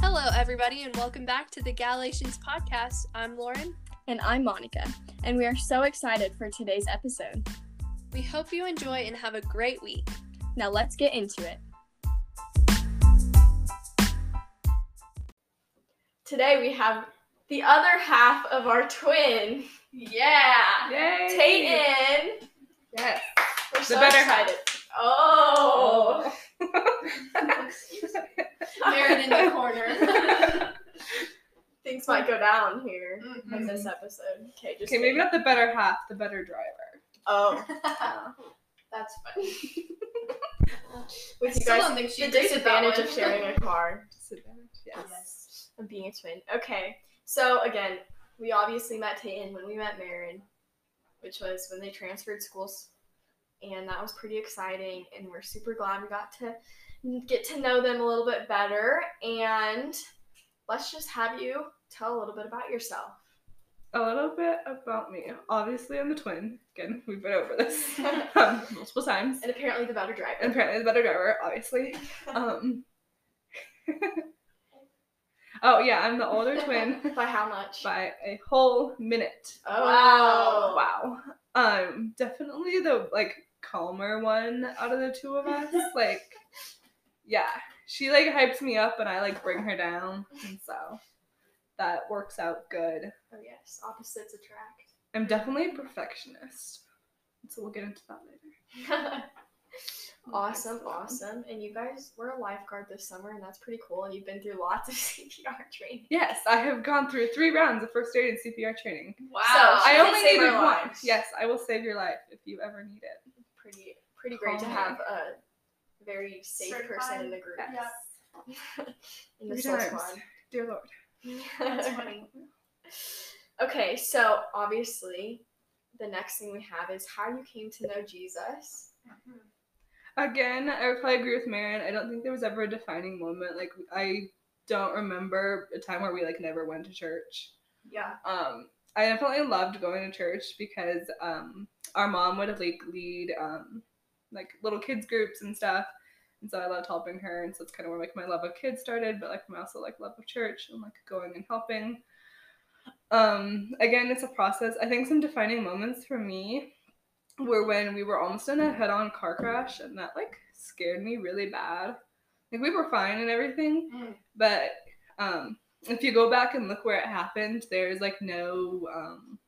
Hello, everybody, and welcome back to the Galatians podcast. I'm Lauren. And I'm Monica, and we are so excited for today's episode. We hope you enjoy and have a great week. Now let's get into it. Today we have the other half of our twin. Yeah. Yay! Tayden. Yes. We're so better half. excited. Oh. Mirrored in the corner. Things might go down here in Mhm. this episode. Okay, just okay, maybe kidding. not the better half, the better driver. Oh. That's funny. With you Still guys, don't think she the did that disadvantage of one. sharing a car. Disadvantage. Yes. Yes. of being a twin. Okay, so again, we obviously met Tayton when we met Marin, which was when they transferred schools, and that was pretty exciting. And we're super glad we got to get to know them a little bit better. And let's just have you tell a little bit about yourself. A little bit about me. Obviously, I'm the twin. Again, we've been over this um, multiple times. And apparently, the better driver. And apparently, the better driver, obviously. Um. oh yeah, I'm the older twin By how much? by a whole minute. oh Wow. Wow. Um, definitely the like calmer one out of the two of us. Like, yeah, she like hypes me up and I like bring her down, and so that works out good. Oh yes, opposites attract. I'm definitely a perfectionist, so we'll get into that later. awesome, awesome. And you guys were a lifeguard this summer, and that's pretty cool. And you've been through lots of CPR training. Yes, I have gone through three rounds of first aid and CPR training. Wow. So, I did only save our needed one. lives. Yes, I will save your life if you ever need it. Pretty, pretty great to Calming. have a very safe person in the group. Yes. in the Three SWAT times. Dear Lord. That's squad. funny. okay, so obviously, the next thing we have is how you came to know Jesus. Again, I would probably agree with Marin. I don't think there was ever a defining moment. Like I don't remember a time where we like never went to church. Yeah. Um, I definitely loved going to church because um, our mom would like lead um, like little kids groups and stuff, and so I loved helping her. And so it's kind of where like my love of kids started, but like my also like love of church and like going and helping. Um, again, it's a process. I think some defining moments for me were when we were almost in a head-on car crash and that like scared me really bad like we were fine and everything Mm. but um if you go back and look where it happened there's like no um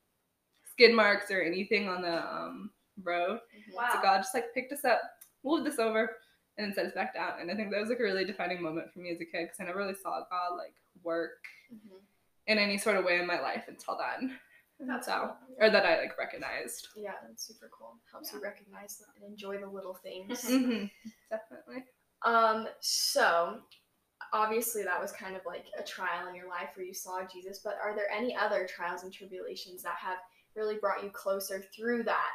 skid marks or anything on the um road so god just like picked us up moved us over and then set us back down and i think that was like a really defining moment for me as a kid because i never really saw god like work Mhm. in any sort of way in my life until then And That's so or that i like recognized Yeah, that's super cool. Helps you recognize them and enjoy the little things. Mhm. hmm definitely Um, so obviously that was kind of like a trial in your life where you saw Jesus, but are there any other trials and tribulations that have really brought you closer through that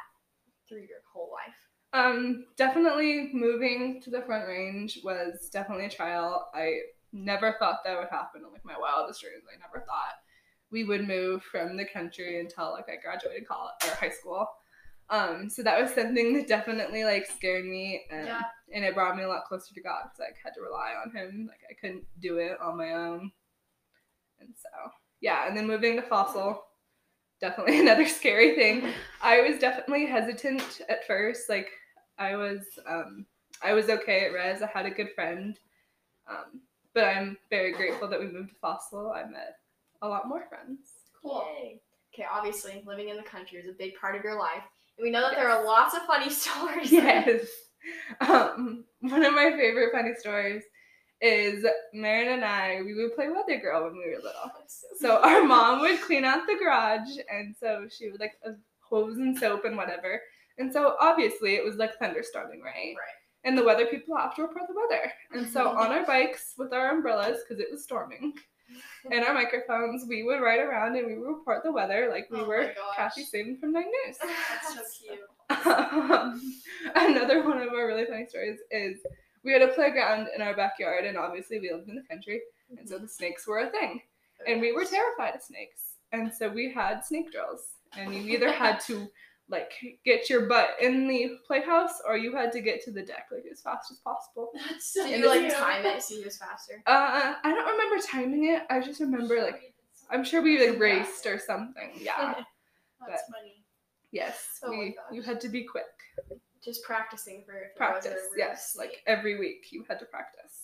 through your whole life? Um, definitely moving to the front range was definitely a trial. I never thought that would happen in like my wildest dreams. I never thought we would move from the country until like I graduated college or high school. Um, so that was something that definitely like scared me and Yeah. and it brought me a lot closer to God because I had to rely on him. Like I couldn't do it on my own. And so yeah, and then moving to fossil, definitely another scary thing. I was definitely hesitant at first. Like I was, um, I was okay at Res. I had a good friend, um, but I'm very grateful that we moved to Fossil. I met a lot more friends. Cool. Yay. Okay, obviously living in the country is a big part of your life. And we know that there are Yes. lots of funny stories. Yes. Um, one of my favorite funny stories is Marin and I. We would play Weather Girl when we were little. So our mom would clean out the garage, and so she would like uh, hose and soap and whatever. And so obviously it was like thunderstorming, right? Right. And the weather people have to report the weather. And so on our bikes with our umbrellas, because it was storming, and our microphones, we would ride around and we would report the weather like we Oh my were gosh. Kathy Satan from Nine News. That's so cute. Um, another one of our really funny stories is we had a playground in our backyard, and obviously we lived in the country, and so the snakes were a thing. And we were terrified of snakes. And so we had snake drills. And you either had to like get your butt in the playhouse or you had to get to the deck like as fast as possible. That's so Do cute. you like time it so he was faster? Uh, I don't remember timing it. I just remember like I'm sure we like raced or something. Yeah. That's funny. Yes. Oh my we, gosh. you had to be quick. Just practicing for if it was a Practice. real Yes. Like snake. every week you had to practice.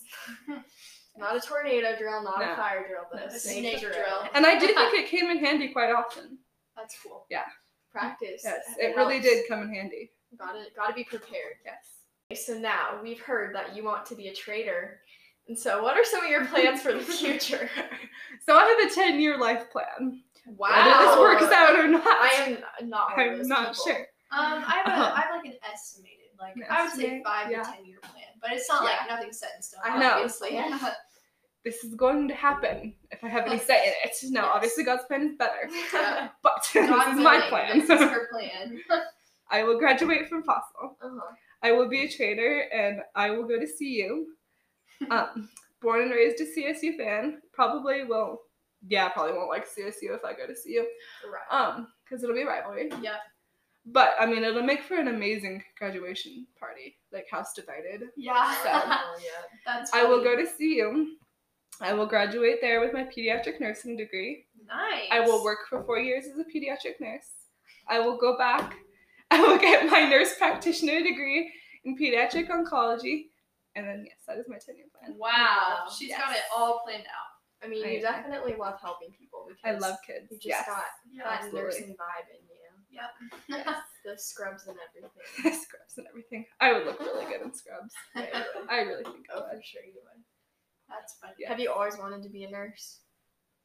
not a tornado drill, not No. a fire drill, but No, a snake snake, drill. drill. And I do think it came in handy quite often. That's cool. Practice. Yes. It really helps. did come in handy. Gotta gotta be prepared. Yes. Okay, So now we've heard that you want to be a trader. And so what are some of your plans for the future? So I have a 10 year life plan. wow. Whether this works out or not, I am not one of I'm those not people. sure. Um, I have, a, I have like an estimated, like An I would say estimate, five yeah. to ten year plan, but it's not Yeah. like nothing's set in stone. I know. obviously. Yeah. This is going to happen if I have any say in it. No, Yes. obviously God's plan is better. Yeah. But God this is my willing, plan. This is her plan. I will graduate from Fossil. Uh-huh. I will be a trader and I will go to CU. Um, born and raised a CSU fan. Probably will, yeah, probably won't like CSU if I go to CU. Right. Um, because it'll be a rivalry. Yeah. But I mean, it'll make for an amazing graduation party, like house divided. Yeah. Oh, yeah. That's I will funny. go to CU. I will graduate there with my pediatric nursing degree. Nice. I will work for four years as a pediatric nurse. I will go back. I will get my nurse practitioner degree in pediatric oncology. And then, yes, that is my 10 year plan. Wow. She's got Yes. it all planned out. I mean, I- you definitely love helping people because I love kids. you just yes. got that Absolutely. nursing vibe in you. Yep. The scrubs and everything. scrubs and everything. I would look really good in scrubs. I really think I Oh, would. for sure you would. That's funny. Yeah. Have you always wanted to be a nurse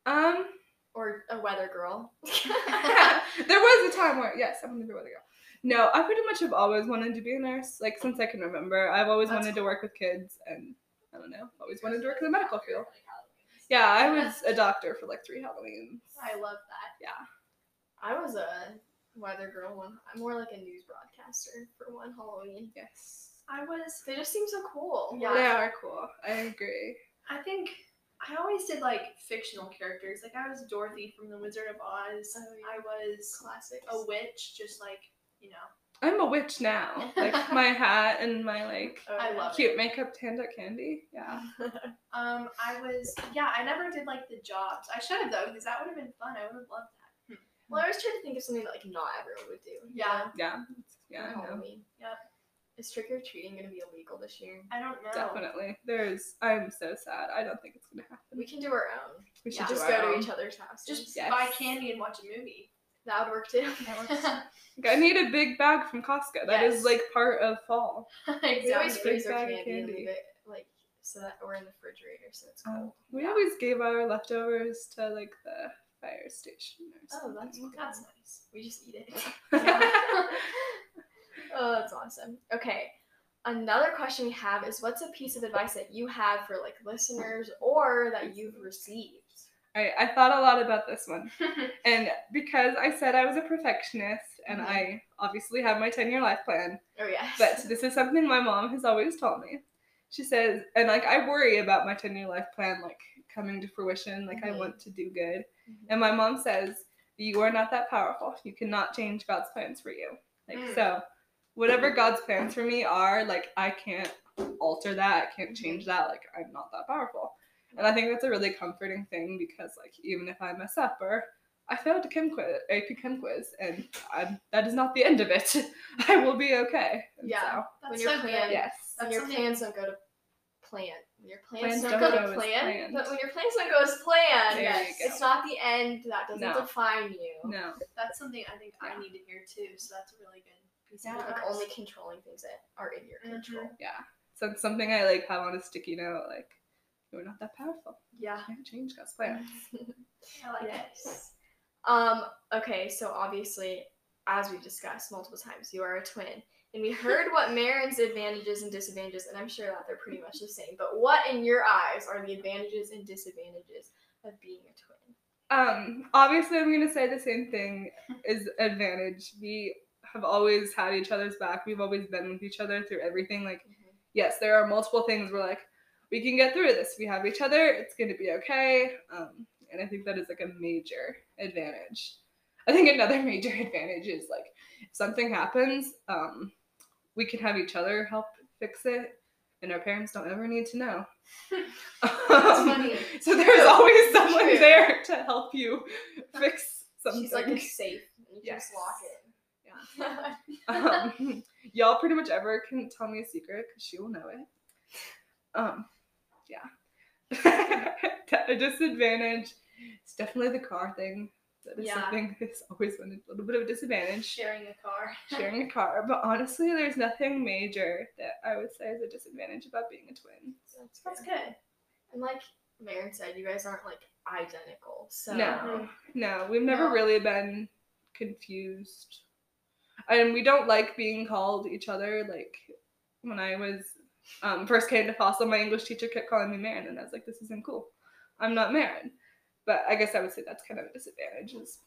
Um, or a weather girl? there was a time where, yes, I wanted to be a weather girl. No, I pretty much have always wanted to be a nurse, like since I can remember. I've always That's wanted to work with kids and I don't know, always wanted to work in the medical field. Yeah, I was a doctor for like three Halloweens. I love that. I was a weather girl one. I'm more like a news broadcaster for one Halloween. Yes. I was. They just seem so cool. Yeah. They are cool. I agree. I think I always did like fictional characters. Like I was Dorothy from The Wizard of Oz. Oh, yeah. I was Classics. a witch, just like you know. I'm a witch now. Like my hat and my like Oh, I yeah. love cute makeup hand out candy. Yeah. Um, I was. Yeah, I never did like the jobs. I should have though, because that would have been fun. I would have loved that. Hmm. Well, I was trying to think of something that like not everyone would do. you Yeah. Oh, know, Yeah. Yeah, for I know. Halloween. Yep. Is trick or treating gonna be illegal this year? I don't know. Definitely. There's I'm so sad. I don't think it's gonna happen. We can do our own. We should Yeah. do Just our go own. to each other's houses. Just Yes. buy candy and watch a movie. that would work too. Like, I need a big bag from Costco. That is Yes. like part of fall. We always exactly. freeze our Bag of candy, and candy. leave it like so that we're in the refrigerator, so it's cold. Um, we Oh, Yeah. always gave our leftovers to like the fire station or Oh, something. that's cool. That's nice. We just eat it. Yeah. oh, that's awesome. Okay. Another question we have is what's a piece of advice that you have for like listeners or that you've received? I, I thought a lot about this one. And because I said I was a perfectionist and Mhm. I obviously have my 10 year life plan, Oh yes. but this is something my mom has always told me. She says, and like I worry about my 10 year life plan like coming to fruition, like I Mhm. want to do good. Mhm. And my mom says, You are not that powerful. You cannot change God's plans for you. Like, Mm. so whatever God's plans for me are, like, I can't alter that. I can't change that. Like, I'm not that powerful. And I think that's a really comforting thing because, like, even if I mess up or I failed a chem quiz, AP chem quiz, and I'm, that is not the end of it. I will be okay. And Yeah. That's When you're so so, playing- good. yes. when That's your something- plans don't go to plan. When your plans, Plans don't, don't go go to as plan, planned. but when your plans don't go as planned, There yes. you go. it's not the end. That doesn't No. define you. No. That's something I think Yeah. I need to hear too. So that's a really good piece Yeah, of like advice. only controlling things that are in your Mhm. control. So it's something I, like, have on a sticky note, like, you're not that powerful. yeah. I can't change God's plans. I like Yes. Um, okay, so obviously, as we've discussed multiple times, you are a twin. And we heard what Marin's advantages and disadvantages, and I'm sure that they're pretty much the same, but what in your eyes are the advantages and disadvantages of being a twin? Um, obviously, I'm gonna say the same thing is advantage. We have always had each other's back. We've always been with each other through everything. Like, yes, there are multiple things we're like, we can get through this. We have each other. It's gonna be okay. Um, and I think that is like a major advantage. I think another major advantage is like if something happens, um, we can have each other help fix it, and our parents don't ever need to know. That's Um, funny. So there's always someone True. there to help you fix something. She's like, it's safe. You Yes. just lock it. Yeah. um, y'all pretty much ever can tell me a secret because she will know it. Um, yeah. a disadvantage. It's definitely the car thing. That is Yeah. something that's always been a little bit of a disadvantage. Sharing a car. Sharing a car, but honestly, there's nothing major that I would say is a disadvantage about being a twin. That's good. And like Marin said, you guys aren't like identical. So No, no, we've never No. really been confused, and we don't like being called each other. Like when I was um, first came to Fossil, my English teacher kept calling me Marin, and I was like, "This isn't cool. I'm not Marin." But I guess I would say that's kind of a disadvantage is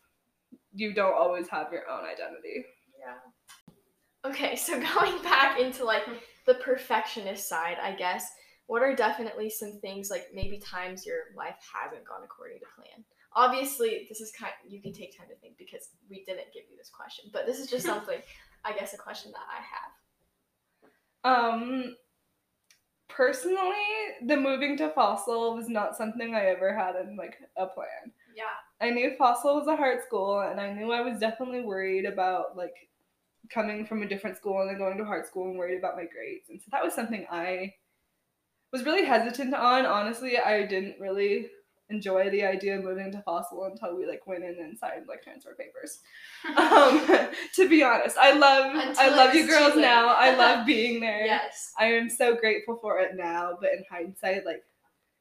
you don't always have your own identity. Yeah. Okay, so going back into like the perfectionist side, I guess, what are definitely some things like maybe times your life hasn't gone according to plan? Obviously, this is kind you can take time to think because we didn't give you this question, but this is just something I guess a question that I have. Um, personally, the moving to Fossil was not something I ever had in like a plan. Yeah. I knew Fossil was a hard school, and I knew I was definitely worried about like coming from a different school and then going to hard school and worried about my grades. And so that was something I was really hesitant on. Honestly, I didn't really enjoy the idea of moving to Fossil until we like went in and signed like transfer papers. Um, to be honest, I love I Until it love you was too girls late. now. I love being there. Yes. I am so grateful for it now, but in hindsight, like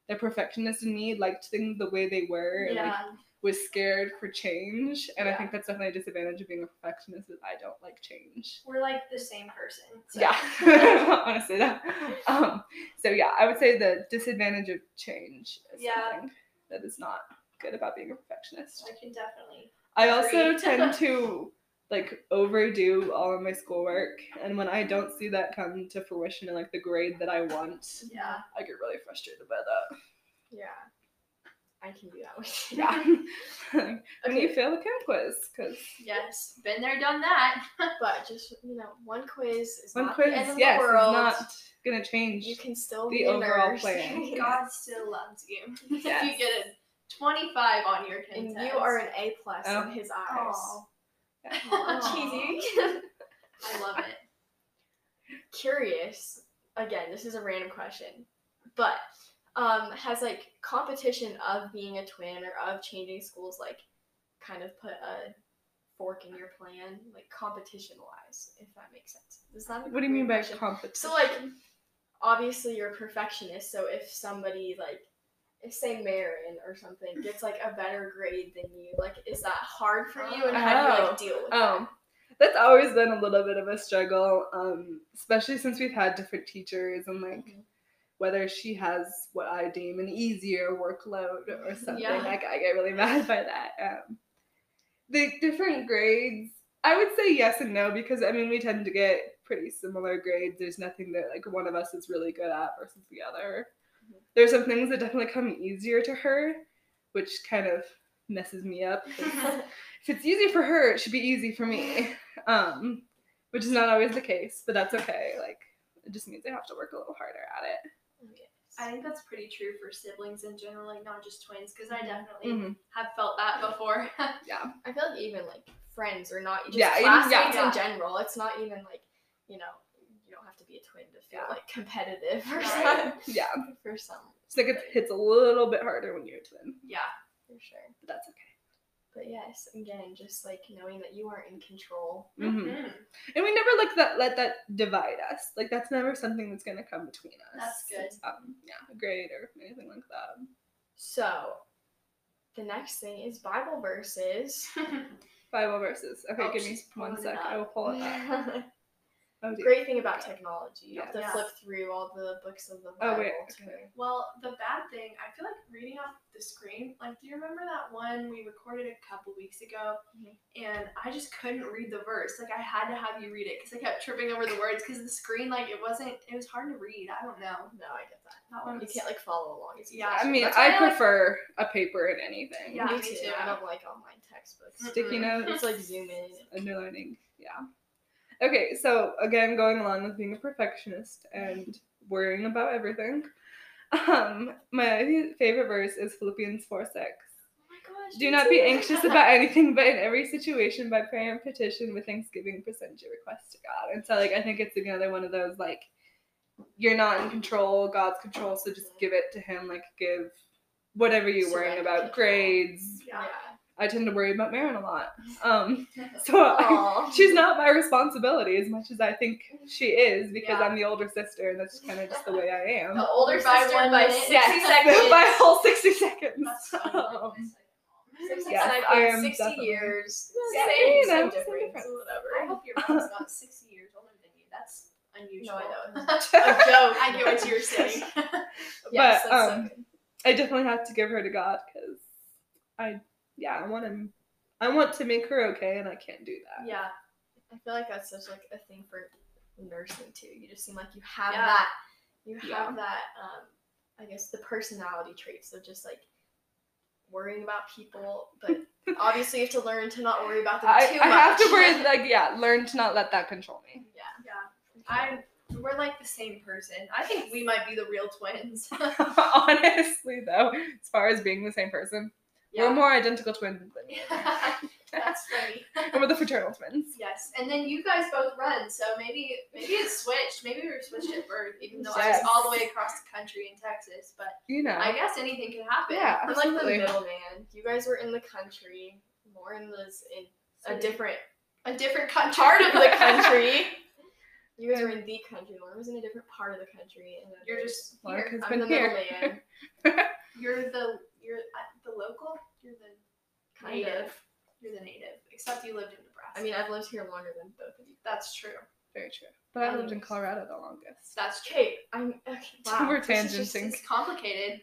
the perfectionist in me liked things the way they were and like Yeah. was scared for change, and I Yeah. think that's definitely a disadvantage of being a perfectionist. Is I don't like change. We're like the same person. so- Yeah, honestly, that. Um, so yeah, I would say the disadvantage of change is Yeah. something that is not good about being a perfectionist. I can definitely. I also Agreed. tend to like overdo all of my schoolwork, and when I don't see that come to fruition in like the grade that I want, Yeah. I get really frustrated by that. Yeah. I can do that with you. Yeah, and you Okay, fail the chem quiz because. Yes. Been there, done that. but just you know, one quiz is One not quiz, the end of yes, the it's world. not gonna change. you can still the be a overall nurse. plan. God still loves you. If Yes. you get a 25 on your and contest. you are an A plus Oh. in his eyes. Aw. Aw, cheesy. I love it. Curious. Again, this is a random question, but um, has like competition of being a twin or of changing schools like kind of put a fork in your plan, like competition wise, if that makes sense? Is that a what do you mean by weird question? competition? So like obviously you're a perfectionist, so if somebody like if say Marin or something gets like a better grade than you, like is that hard for you and how do you Oh. like deal with um, that's always been a little bit of a struggle, um, especially since we've had different teachers and like Mhm. whether she has what I deem an easier workload or something. Yeah. Like I get really mad by that. Um, the different grades, I would say yes and no because I mean we tend to get pretty similar grades. There's nothing that like one of us is really good at versus the other. Mhm. There's some things that definitely come easier to her, which kind of messes me up. 'cause that? if it's easy for her, it should be easy for me. Um, which is not always the case, but that's okay. Like it just means I have to work a little harder at it. I think that's pretty true for siblings in general, like not just twins, because I definitely Mhm. have felt that before. Mm-hmm. I feel like even like friends or not just Yeah, even- yeah. classmates Yeah. in general. It's not even like you know you don't have to be a twin to feel Yeah. like competitive or Right. some Yeah, for some it's like it hits a little bit harder when you're a twin, yeah. for sure. but that's okay. But yes, again, just like knowing that you are in control. Mm-hmm. Mhm. Mm-hmm. And we never like that let that divide us. Like that's never something that's gonna come between us. That's good. Um, yeah, a grade or anything like that. So the next thing is Bible verses. Mm-hmm. Bible verses. Okay, Oh, give me she's one pulling sec. it up. I will pull it up. Oh, dear. Great thing about technology, you have to Yeah. flip through all the books of the Bible. Oh, wait, to- Well, the bad thing, I feel like reading off the screen, like, do you remember that one we recorded a couple weeks ago? Mhm. And I just couldn't read the verse. Like, I had to have you read it because I kept tripping over the words because the screen, like, it wasn't, it was hard to read. I don't know. No, I get that. That one You was, can't like follow along. It's Yeah, I mean, That's why I I like- prefer a paper in anything. Yeah, me me too. too. I don't like online textbooks. Mm. Sticky Mhm. notes. It's like zoom in. underlining. Yeah. Okay, so again, going along with being a perfectionist and worrying about everything, um, my favorite verse is Philippians 4 6. Oh my gosh. Do me not be too. anxious about anything, but in every situation, by prayer and petition, with thanksgiving, present your request to God. And so, like, I think it's another one of those, like, you're not in control, God's control, so just give it to Him. Like, give whatever you're worrying Surrender about control. grades. Yeah. I tend to worry about Marin a lot. Um, so, I, Aw. she's not my responsibility as much as I think she is because Yeah. I'm the older sister and that's kind of just the way I am. The older By sister one by minute. six Yes, seconds. by a whole 60 seconds. That's so Um, Six Yes, seconds, I am 60 definitely- years. Yeah, same, you know, same same difference, difference. I whatever. hope your mom's not 60 years older than you. That's unusual. No, I know. but A joke. I get what you're saying. Yes, that's so um, good. I definitely have to give her to God because I, yeah, I want to, I want to make her okay, and I can't do that. yeah. I feel like that's such like a thing for nursing too. You just seem like you have Yeah. that. You have Yeah. that. Um, I guess the personality traits of just like worrying about people, but obviously you have to learn to not worry about them I, too I much. have to worry, like, yeah, learn to not let that control me. Yeah. I we're like the same person. I think we might be the real twins. Honestly, though, as far as being the same person, we're more identical twins than you. That's funny. and we're the fraternal twins. Yes. And then you guys both run, so maybe maybe it's switched. Maybe we were switched at birth, even though I was Yes. all the way across the country in Texas. But You know, I guess anything can happen. Yeah. I'm like the Absolutely. middle man. You guys were in the country. Lauren was in a different a different country. part of the country. You guys were in the country. Lauren was in a different part of the country. And You're just Lark here. has I'm been the here. middle man. You're the you're uh, the local. You're the Kind native. of. You're the native, except you lived in Nebraska. I mean, I've lived here longer than both of you. that's true. Very true. But I lived in Colorado the longest. That's true. Okay, I'm okay. Wow, We're this is just- tangenting. It's complicated.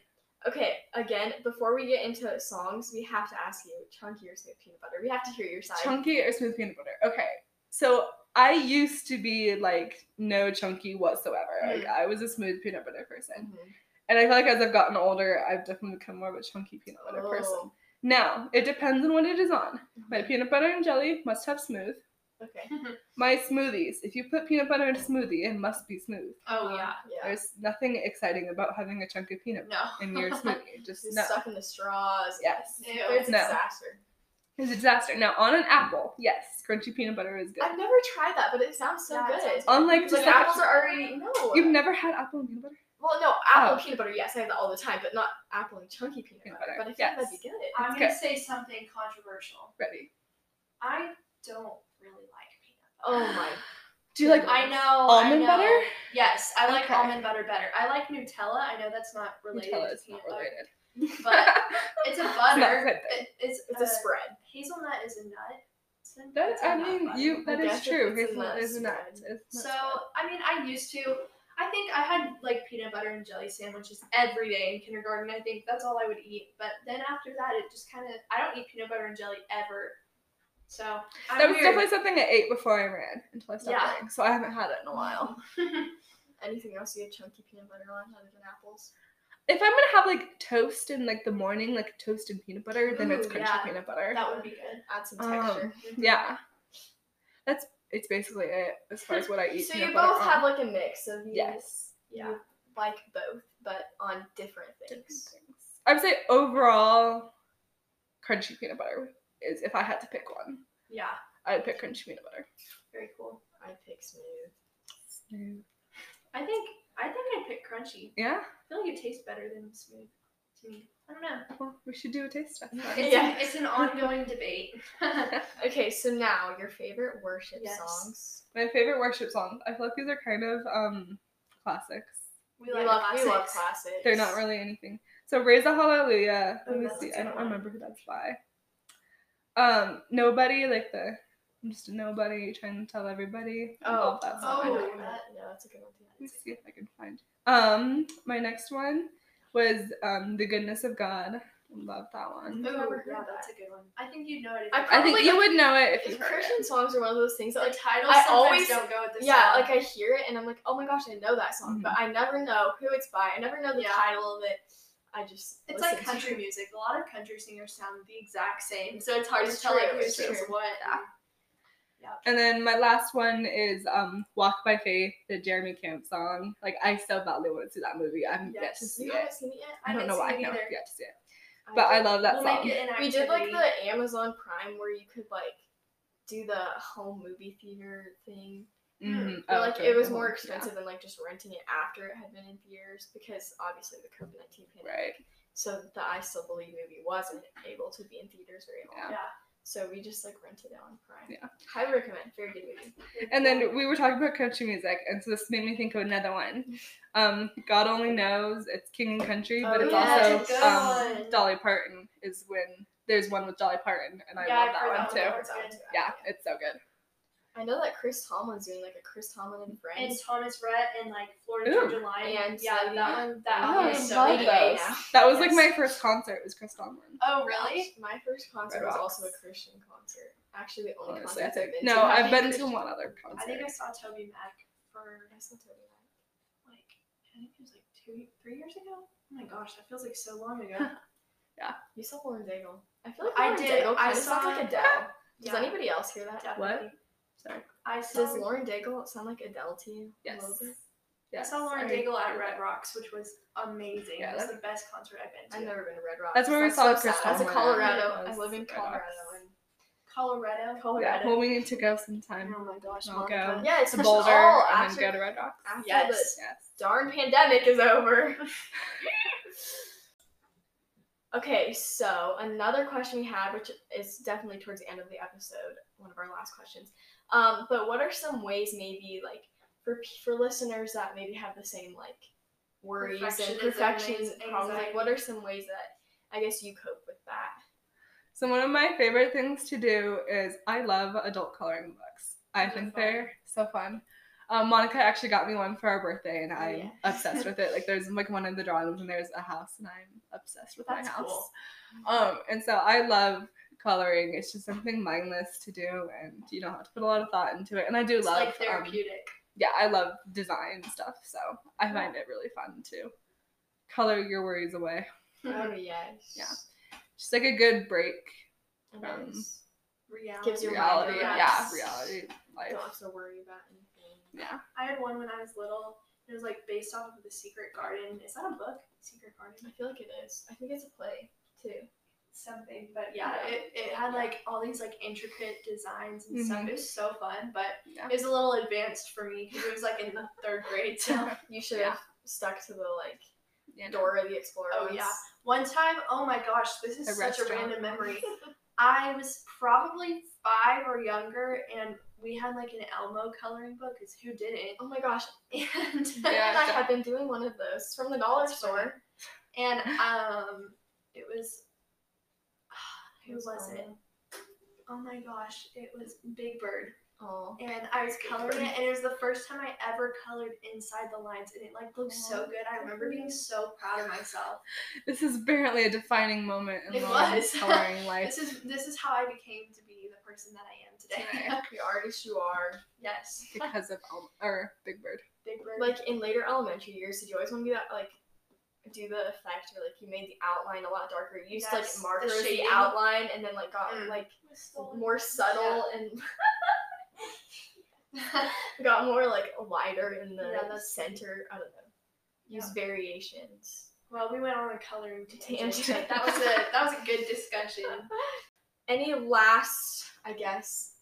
Okay, again, before we get into songs, we have to ask you, chunky or smooth peanut butter? We have to hear your side. Chunky or smooth peanut butter? Okay. So I used to be like no chunky whatsoever. Mm. Like I was a smooth peanut butter person. Mhm. And I feel like as I've gotten older, I've definitely become more of a chunky peanut butter person. Oh, Mm-hmm. Now, it depends on what it is on. My peanut butter and jelly must have smooth. Okay. My smoothies, if you put peanut butter in a smoothie, it must be smooth. Oh Um, yeah. yeah. There's nothing exciting about having a chunk of peanut No. in your smoothie. Just Just no. sucking the straws. Yes. Ew. It's a No. disaster. It's a disaster. Now, on an apple, yes, crunchy peanut butter is good. I've never tried that, but it sounds so Yeah, it good. sounds Unlike It's just like like- apples are already no. You've never had apple and peanut butter? well, no apple Oh. peanut butter. Yes, I have that all the time, but not apple and chunky peanut, Peanut butter, butter, But I think yes. that'd be good. I'm It's gonna good. say something controversial. Ready. I don't really like peanut butter. Oh my! Do you like I know I almond know. butter? Yes, I like Okay. almond butter better. I like Nutella. I know that's not related Nutella to is not peanut butter, related. but it's a butter. good It- it's It's Uh, a a, spread. hazelnut is a nut. It's a- That, it's a I nut mean, butter. you. That I is guess true. it's a Hazelnut nut is a nut. spread. It's not So spread. I mean, I used to. I think I had like peanut butter and jelly sandwiches every day in kindergarten. I think that's all I would eat. But then after that, it just kind of I don't eat peanut butter and jelly ever. So I'm that was weird. definitely something I ate before I ran until I stopped Yeah. Mm-hmm. running. So I haven't had it in a while. Anything else you have chunky peanut butter on other than apples? If I'm gonna have like toast in like the morning, like toast and peanut butter, then it's Ooh, crunchy yeah. peanut butter. that would be good. Add some Um, texture. Yeah, that's it's basically it as far as what I eat. So peanut you butter both on. have like a mix of you yes, you like both, but on different different things. things. I would say overall, crunchy peanut butter is if I had to pick one, Yeah, I'd pick crunchy peanut butter. very cool. I pick smooth. I think I think I'd pick crunchy. Yeah, I feel like it tastes better than smooth to me. I don't know. well, we should do a taste test. then. It's, Yeah. an, it's an ongoing debate. Okay, so now your favorite worship Yes. songs. My favorite worship songs. I feel like these are kind of um classics. we we like love classics. we love classics. They're not really anything. So raise a hallelujah. Oh, Let me that's a see. I good don't one. remember who that's by. Um, nobody like the I'm just a nobody trying to tell everybody. I Oh. love that Oh, song. I know no, what you meant. no, that's a good one too. Let me see if I can find. Um, my next one was um, "The Goodness of God." Love that one. Ooh, Never heard yeah, that. that's a good one. I think you'd know it. If I you- I think Probably you would know it if you If heard Christian songs are one of those things that the like titles I sometimes always- don't go with this. yeah, song. like I hear it and I'm like, oh my gosh, I know that song, Mm-hmm. but I never know who it's by. I never know the Yeah. title of it. I just It's listen to like country it. music. A lot of country singers sound the exact same, so it's hard It's to tell like true, who it's sings true. what. And then my last one is um, "Walk by Faith," the Jeremy Camp song. Like I so badly want to see that movie. I haven't yet to Yes. see You it. haven't seen it yet? I don't haven't know why I seen it haven't either. yet to see it, but I love that we'll song. make it an we did like activity. the Amazon Prime where you could like do the home movie theater thing. Mhm. But Oh, like okay, it was cool. more Yeah. expensive than like just renting it after it had been in theaters because obviously the COVID nineteen pandemic. Right. So the I Still Believe movie wasn't able to be in theaters very long. Yeah. So we just like rented it on Prime. Yeah. Highly recommend. Very good movie. And then we were talking about country music, and so this made me think of another one. Um, God only knows it's King and Country, but Oh, it's yeah, it's also a good um, one. Dolly Parton is when there's one with Dolly Parton, and I Yeah, love I've that heard one that too. one. Yeah, it's so good. I know that Chris Tomlin's doing like a Chris Tomlin and and Friends. Thomas Rhett and like Florida Ooh. Georgia Line. And yeah, Celine that one. That Oh, one I is so love good. those. That was like Yes. my first concert was Chris Tomlin. Oh really? My first concert Red was Rocks. also a Christian concert. Actually, Oh, the only Honestly, concert I I've think been to. no, have I've been Christian- to one other I think I concert. saw Toby Mac for I saw Toby Mac. like I think it was like two, three years ago. Oh my gosh, that feels like so long ago. You saw Lauren Daigle. I feel like I Lauren did. Daigle I kinda sounds saw- like Adele. Does Yeah, anybody else hear that? definitely. Sorry. I saw. Does Lauren Daigle sound like Adele to you? Yes. A little bit? Yes. I saw Lauren Sorry. Daigle at Red Rocks, which was amazing. Yeah, it was that- the best concert I've been I've to. never been to Red Rocks. That's where we saw so Chris sad. As a Tomlin. Colorado, I Yes, live in Red Colorado. Rocks. And Colorado. Yeah, Colorado. well, we need to go sometime. Oh my gosh, I'll Monica. go. Yeah, it's To just Boulder all and then after, go to Red Rocks. after Yes. Yes. the darn pandemic is over. okay, so another question we had, which is definitely towards the end of the episode, one of our last questions. Um, but what are some ways, maybe like for p- for listeners that maybe have the same like worries and Perfectionism perfections and problems? Like, anxiety. what are some ways that I guess you cope with that? So one of my favorite things to do is I love adult coloring books. I They're think fun. they're so fun. Um, Monica actually got me one for our birthday, Oh, and I'm yeah. obsessed with it. Like there's like one of the drawings, and there's a house, and I'm obsessed with That's my house. cool. Um, and so I love coloring. It's just something mindless to do, and you don't have to put a lot of thought into it. And I do It's love like um, therapeutic. yeah, I love design stuff, so I find it really fun to color your worries away. Oh yes. Yeah. Just like a good break And Um, it's- reality. gives to your reality. mind a Yeah, rest. reality life. don't have to worry about anything. Yeah. I had one when I was little. It was like based off of the Secret Garden. Is that a book? Secret I Garden, feel like it is. I think it's a play too. something. But yeah, it, it had like all these like intricate designs and stuff. Mhm. Mm-hmm. It was so fun, but Yeah. it was a little advanced for me because it was like in the third grade. So You should have stuck to the like Yeah, no. Dora the Explorer. Oh, ones. yeah. one time, oh my gosh, this is A such a restaurant. random memory. I was probably five or younger, and we had like an Elmo coloring book. Because who didn't? Oh my gosh. And Yeah, I don't- have been doing one of those from the dollar That's store. And um, it was who was it? Oh my gosh, it was Big Bird. Oh. And I was Big coloring Bird. it, and it was the first time I ever colored inside the lines, and it like looked Oh, so good. I remember being so proud of myself. This is apparently a defining moment in It Lauren's was. coloring life. This is this is how I became to be the person that I am today. The artist you are. yes, because of Elm- or Big Bird. Big Bird. Like in later elementary years, did you always want to do that like do the effect where like you made the outline a lot darker? You used Yes, like the markers the, shading. outline and then like got Mm. like Crystal. more subtle and got more like wider in the Yeah, that's- center. I don't know. Use variations. well, we went on a coloring tangent. Tangent. but that was a that was a good discussion. Any last, I guess,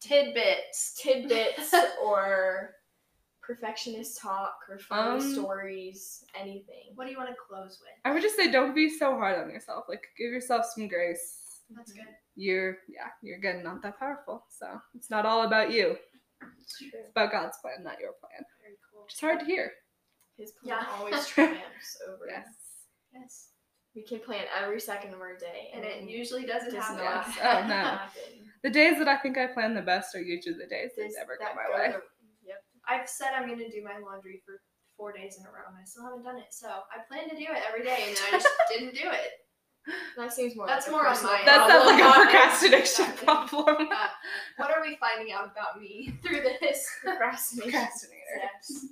Tidbits. tidbits or perfectionist talk or funny Um, stories, anything. What do you want to close with? I would just say don't be so hard on yourself. Like give yourself some grace. That's good. You're yeah, you're good, and not that powerful. So it's not all about you. It's true. It's about God's plan, not your plan. Very cool. Which is hard to hear. His plan Yeah. always triumphs over Yes. Yes. We can plan every second of our day, and Mm-hmm. it usually doesn't does happen. not Oh, no. happen. The days that I think I plan the best are usually the days that This- never go that my way. goes- Yep. I've said I'm gonna do my laundry for four days in a row, and I still haven't done it. So I plan to do it every day, and then I just didn't do it. That seems more. That's like a more on personal my end. That sounds like Problem a not- procrastination Exactly. problem. What are we finding out about me through this? procrastination. Procrastinator. Yes.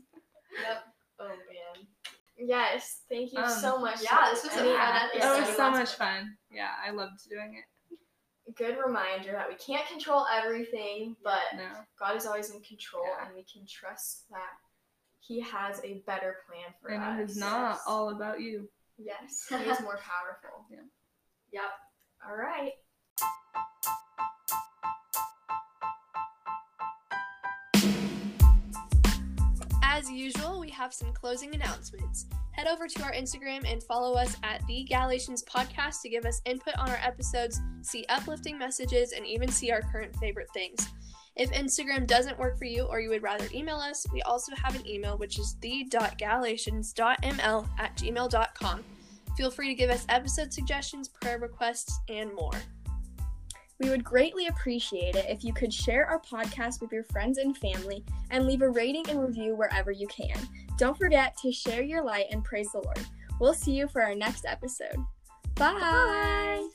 Yep. Oh man. Yes. Thank you Um, so much. yeah, this was a Jenny. fun Yeah, episode. That it's was so Lots of much fun. Yeah, I loved doing it. a Good reminder that we can't control everything, but No. God is always in control, Yeah. and we can trust that He has a better plan for us. And it is not all about you. Yes, He is more powerful. Yep. All right. As usual, we have some closing announcements. Head over to our Instagram and follow us at the Galatians Podcast to give us input on our episodes, see uplifting messages, and even see our current favorite things. If Instagram doesn't work for you or you would rather email us, we also have an email which is the.galatians.ml at gmail.com. Feel free to give us episode suggestions, prayer requests, and more. We would greatly appreciate it if you could share our podcast with your friends and family and leave a rating and review wherever you can. Don't forget to share your light and praise the Lord. We'll see you for our next episode. Bye.